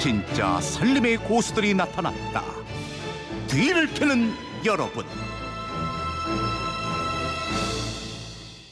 진짜 살림의 고수들이 나타났다. 뒤를 캐는 여러분.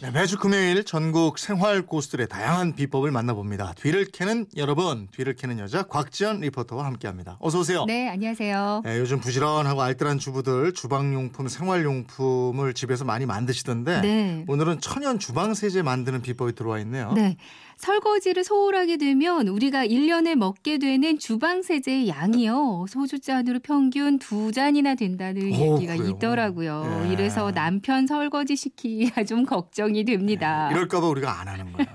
네, 매주 금요일 전국 생활 고수들의 다양한 비법을 만나봅니다. 뒤를 캐는 여러분, 뒤를 캐는 여자 곽지연 리포터와 함께합니다. 어서 오세요. 네, 안녕하세요. 네, 요즘 부지런하고 알뜰한 주부들 주방용품, 생활용품을 집에서 많이 만드시던데 네. 오늘은 천연 주방 세제 만드는 비법이 들어와 있네요. 네. 설거지를 소홀하게 되면 우리가 1년에 먹게 되는 주방 세제의 양이요. 소주 잔으로 평균 두 잔이나 된다는 오, 얘기가 어, 그래요? 있더라고요. 예. 이래서 남편 설거지 시키기가 좀 걱정이 됩니다. 네, 이럴까봐 우리가 안 하는 거예요.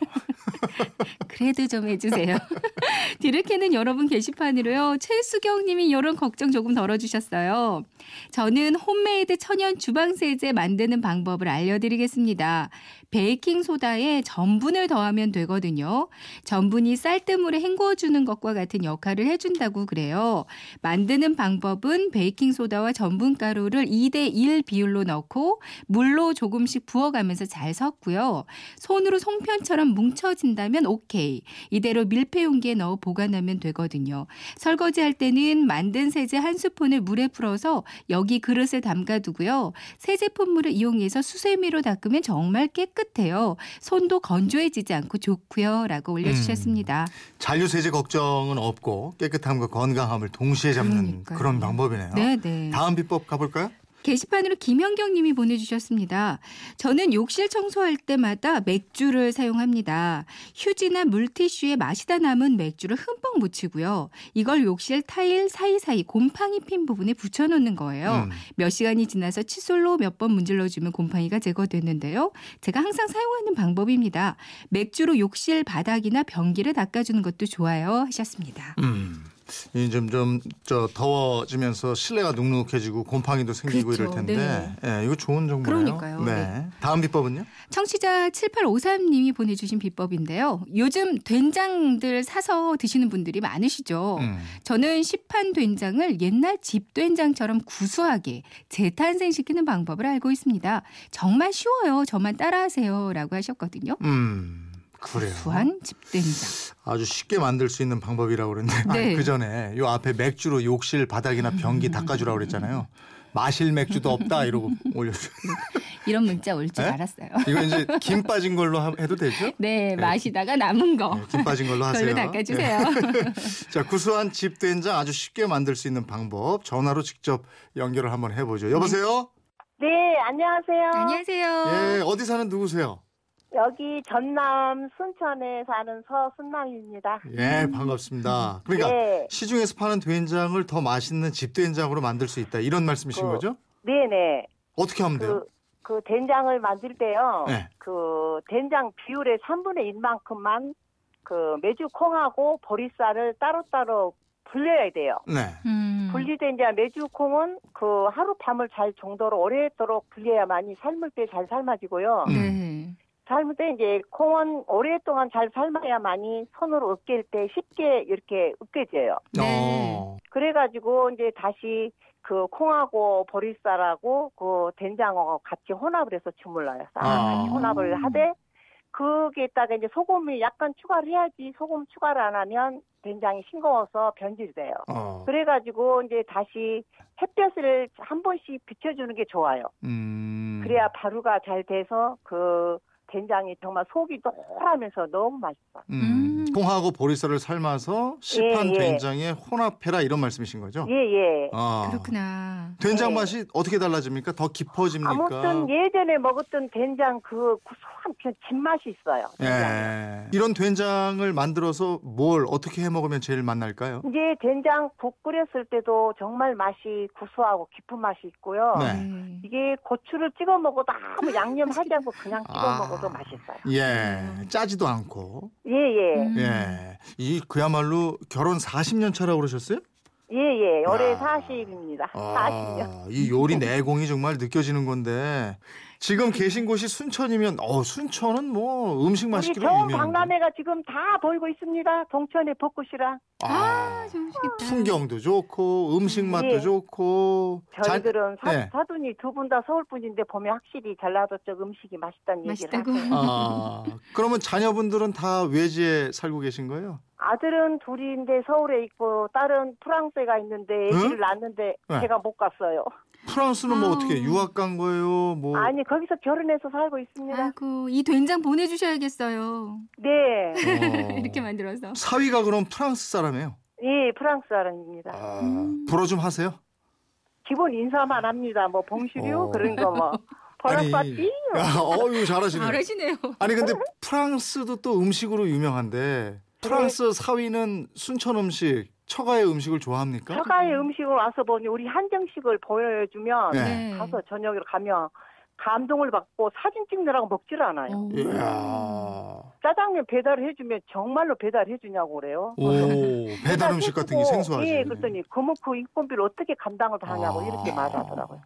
그래도 좀 해주세요. 디르케는 여러분 게시판으로요. 최수경님이 이런 걱정 조금 덜어주셨어요. 저는 홈메이드 천연 주방세제 만드는 방법을 알려드리겠습니다. 베이킹 소다에 전분을 더하면 되거든요. 전분이 쌀뜨물에 헹궈주는 것과 같은 역할을 해준다고 그래요. 만드는 방법은 베이킹 소다와 전분 가루를 2대1 비율로 넣고 물로 조금씩 부어가면서 잘 섞고요. 손으로 송편처럼 뭉쳐진다면 오케이. 이대로 밀폐 용기에 넣어 보관하면 되거든요. 설거지할 때는 만든 세제 한 스푼을 물에 풀어서 여기 그릇에 담가두고요. 세제품물을 이용해서 수세미로 닦으면 정말 깨끗해요. 손도 건조해지지 않고 좋고요. 라고 올려주셨습니다. 잔류 세제 걱정은 없고 깨끗함과 건강함을 동시에 잡는 그러니까요. 그런 방법이네요. 네네. 다음 비법 가볼까요? 게시판으로 김현경 님이 보내주셨습니다. 저는 욕실 청소할 때마다 맥주를 사용합니다. 휴지나 물티슈에 마시다 남은 맥주를 흠뻑 묻히고요. 이걸 욕실 타일 사이사이 곰팡이 핀 부분에 붙여놓는 거예요. 음. 몇 시간이 지나서 칫솔로 몇 번 문질러주면 곰팡이가 제거되는데요. 제가 항상 사용하는 방법입니다. 맥주로 욕실 바닥이나 변기를 닦아주는 것도 좋아요 하셨습니다. 음. 이 점점 저 더워지면서 실내가 눅눅해지고 곰팡이도 생기고 그렇죠. 이럴 텐데 네. 예, 이거 좋은 정보네요. 그러니까요. 네. 네. 다음 비법은요? 청취자 7853님이 보내주신 비법인데요. 요즘 된장들 사서 드시는 분들이 많으시죠. 음. 저는 시판 된장을 옛날 집 된장처럼 구수하게 재탄생시키는 방법을 알고 있습니다. 정말 쉬워요. 저만 따라하세요. 라고 하셨거든요. 음, 그래요. 구수한 집 된장. 아주 쉽게 만들 수 있는 방법이라고 그랬는데 네. 음. 그 전에 요 앞에 맥주로 욕실 바닥이나 변기 닦아주라고 그랬잖아요. 마실 맥주도 없다 이러고 올려주. 이런 문자 올 줄 에? 알았어요. 이거 이제 김 빠진 걸로 하- 해도 되죠? 네, 마시다가 남은 거. 네, 김 빠진 걸로 하세요. 별로 어. 닦아주세요. 예. 자, 구수한 집 된장 아주 쉽게 만들 수 있는 방법 전화로 직접 연결을 한번 해보죠. 여보세요. 네, 안녕하세요. 예, 안녕하세요. 어디 사는 누구세요? 여기 전남 순천에 사는 서순남입니다. 예, 반갑습니다. 그러니까 네, 시중에서 파는 된장을 더 맛있는 집 된장으로 만들 수 있다 이런 말씀이신 그, 거죠? 네네. 어떻게 하면 돼요? 그, 그 된장을 만들 때요. 네. 그 된장 비율의 3분의 1만큼만 그 매주 콩하고 보리쌀을 따로따로 불려야 돼요. 네. 음. 분리된 자 매주 콩은 그 하루 밤을 잘 정도로 오래도록 불려야만이 삶을 때 잘 삶아지고요. 음. 네. 삶을 때 이제 콩은 오랫동안 잘 삶아야만이 손으로 으깰 때 쉽게 이렇게 으깨져요. 네. 어. 그래가지고 이제 다시 그 콩하고 보리쌀하고 그 된장하고 같이 혼합을 해서 주물러요. 쌀하고 아. 같이 음. 혼합을 하되 거기에다가 이제 소금을 약간 추가를 해야지 소금 추가를 안 하면 된장이 싱거워서 변질돼요. 어. 그래가지고 이제 다시 햇볕을 한 번씩 비춰주는 게 좋아요. 음. 그래야 발효가 잘 돼서 그 된장이 정말 속이 노하면서 너무 맛있어. 음. 음. 콩하고 보리쌀을 삶아서 시판 예, 예. 된장에 혼합해라 이런 말씀이신 거죠? 예예. 아. 그렇구나. 된장 네. 맛이 어떻게 달라집니까? 더 깊어집니까? 아무튼 예전에 먹었던 된장 그 구수한 그 진맛이 있어요. 된장에. 예. 이런 된장을 만들어서 뭘 어떻게 해 먹으면 제일 맛날까요? 이제 된장 국 끓였을 때도 정말 맛이 구수하고 깊은 맛이 있고요. 네. 네. 이게 고추를 찍어 먹어도 아무 양념하지 않고 그냥 찍어 아. 먹어도 맛있어요. 예. 짜지도 않고. 예예. 음. 예. 이 그야말로 결혼 40년 차라고 그러셨어요? 예예. 올해 야. 40입니다. 아, 40년. 이 요리 내공이 정말 느껴지는 건데 지금 계신 곳이 순천이면 어 순천은 뭐 음식 우리 맛있기로 전 유명. 박람회가 지금 다 보이고 있습니다. 동천의 벚꽃이랑. 아, 좋으시겠다. 풍경도 좋고 음식 맛도 예. 좋고 잘- 저희들은 사, 네. 사돈이 두 분 다 서울 분인데 보면 확실히 전라도 쪽 음식이 맛있다는 얘기를 맛있다고. 하고 아, 그러면 자녀분들은 다 외지에 살고 계신 거예요? 아들은 둘인데 서울에 있고 딸은 프랑스에 가 있는데 애기를 응? 낳았는데 네. 제가 못 갔어요. 프랑스는 뭐 아우. 어떻게 유학 간 거예요? 뭐 아니 거기서 결혼해서 살고 있습니다. 아이고 이 된장 보내주셔야겠어요. 네, 어. 이렇게 만들어서. 사위가 그럼 프랑스 사람이에요. 예, 프랑스 사람입니다. 아, 음. 불어 좀 하세요. 기본 인사만 합니다. 뭐 봉시류 어. 그런 거 뭐. 아니. 버럭바띠 야, 어유 잘하시네. 잘하시네요. 아니 근데 프랑스도 또 음식으로 유명한데 네. 프랑스 사위는 순천 음식, 처가의 음식을 좋아합니까? 처가의 음식을 와서 보니 우리 한정식을 보여주면 네. 가서 저녁에 가면 감동을 받고 사진 찍느라고 먹질 않아요. 오. 이야. 짜장면 배달을 해주면 정말로 배달해 주냐고 그래요. 오 배달 음식 같은 게 해주고, 생소하지. 음. 예, 그랬더니 그러면 그 인건비를 어떻게 감당을 다 하냐고 아. 이렇게 말하더라고요.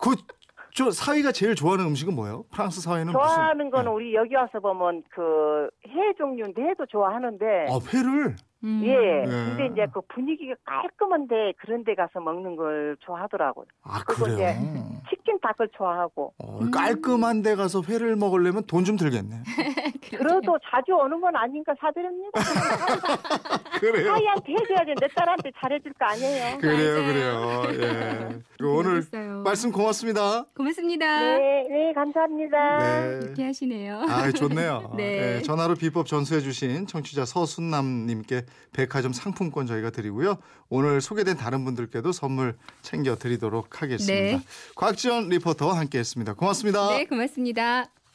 그저 사위가 제일 좋아하는 음식은 뭐예요? 프랑스 사위는 좋아하는 무슨? 예. 거는 우리 여기 와서 보면 그 해 종류인데 해도 좋아하는데 아 회를 음. 예. 예. 근데 이제 그 분위기가 깔끔한데 그런 데 가서 먹는 걸 좋아하더라고요. 아 그거 예. 그래요. 치킨 닭을 좋아하고. 어, 음. 깔끔한 데 가서 회를 먹으려면 돈 좀 들겠네. 그래도 자주 오는 건 아닌가 사드립니다. 그래요. 사이한테 해줘야지 내 딸한테 잘해줄 거 아니에요. 그래요, 맞아요. 그래요. 예. 그리고 오늘 모르겠어요. 말씀 고맙습니다. 고맙습니다. 네, 네, 감사합니다. 네. 이렇게 하시네요. 아, 좋네요. 네. 예, 전화로 비법 전수해주신 청취자 서순남님께 백화점 상품권 저희가 드리고요. 오늘 소개된 다른 분들께도 선물 챙겨드리도록 하겠습니다. 네. 곽지연 리포터와 함께했습니다. 고맙습니다. 네, 고맙습니다.